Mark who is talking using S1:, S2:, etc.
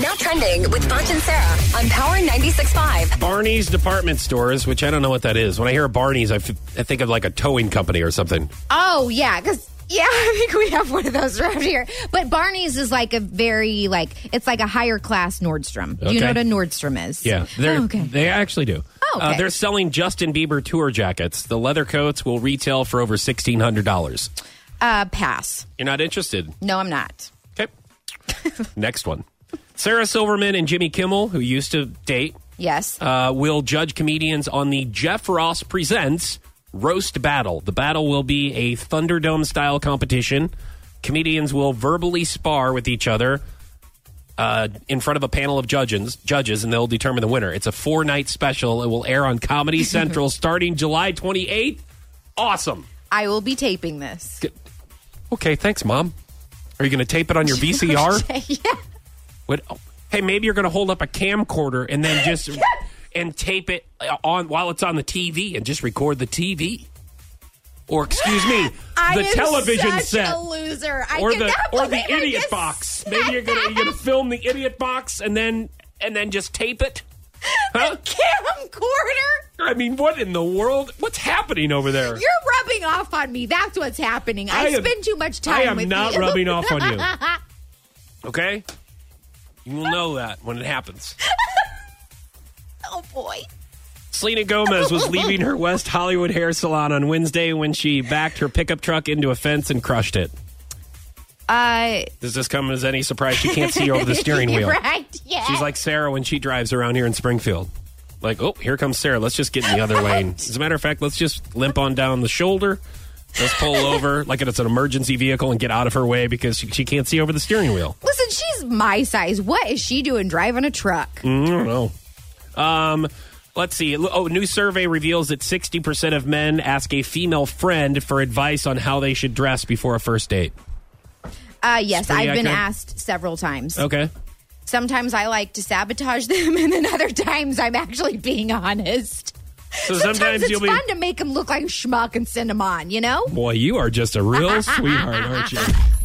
S1: Now trending with Bunch and Sarah on Power 96.5.
S2: Barney's department stores, which I don't know what that is. When I hear Barney's, I, f- I think of like a towing company or something.
S3: Oh yeah, because yeah, I think we have one of those around here. But Barney's is like a very like it's like a higher class Nordstrom. Do You know what
S2: Okay.
S3: a Nordstrom is?
S2: Yeah, they're,
S3: Oh, okay.
S2: they actually do.
S3: Oh, okay.
S2: Uh, they're selling Justin Bieber tour jackets. The leather coats will retail for over sixteen hundred dollars.
S3: Uh, pass.
S2: You're not interested?
S3: No, I'm not.
S2: Okay. Next one. Sarah Silverman and Jimmy Kimmel, who used to date,
S3: Yes.
S2: uh, will judge comedians on the Jeff Ross Presents Roast Battle. The battle will be a Thunderdome style competition. Comedians will verbally spar with each other uh, in front of a panel of judges, judges, and they'll determine the winner. It's a four night special. It will air on Comedy Central starting July 28th. Awesome.
S3: I will be taping this.
S2: Okay, thanks, Mom. Are you going to tape it on your VCR?
S3: yeah.
S2: What? oh, Hey, maybe you're going to hold up a camcorder and then just and tape it on while it's on the TV and just record the TV. Or excuse me,
S3: I
S2: the
S3: am
S2: television
S3: such
S2: set.
S3: A loser. I
S2: or the
S3: cannot
S2: or
S3: believe
S2: the
S3: I
S2: idiot
S3: just
S2: box.
S3: said
S2: Maybe you're gonna you're
S3: that.
S2: gonna film the idiot box and then and then just tape it. Huh?
S3: camcorder.
S2: I mean, what in the world? What's happening over there?
S3: You're rubbing off on me. That's what's happening. I,
S2: I am-
S3: spend too much time
S2: I am
S3: with
S2: not
S3: you.
S2: rubbing off on you. Okay, you will know that when it happens.
S3: oh boy.
S2: Selena Gomez was leaving her West Hollywood hair salon on Wednesday when she backed her pickup truck into a fence and crushed it.
S3: Uh,
S2: Does this come as any surprise? She can't see over the steering
S3: you're
S2: wheel.
S3: right. Yeah.
S2: She's like Sarah when she drives around here in Springfield. Like, oh, here comes Sarah. Let's just get in the other lane. As a matter of fact, let's just limp on down the shoulder. Let's pull over like it's an emergency vehicle and get out of her way because she, she can't see over the steering wheel.
S3: Listen, she's my size. What is she doing driving a truck?
S2: I don't know. Um, let's see. Oh, new survey reveals that 60% of men ask a female friend for advice on how they should dress before a first date.
S3: Uh, yes,
S2: pretty
S3: I've been
S2: accurate.
S3: asked several times.
S2: Okay.
S3: Sometimes I like to sabotage them, and then other times I'm actually being honest.
S2: So
S3: Sometimes,
S2: sometimes,
S3: it's
S2: you'll be.
S3: fun to make them look like a schmuck and send them on, you know?
S2: Boy, you are just a real sweetheart, aren't you?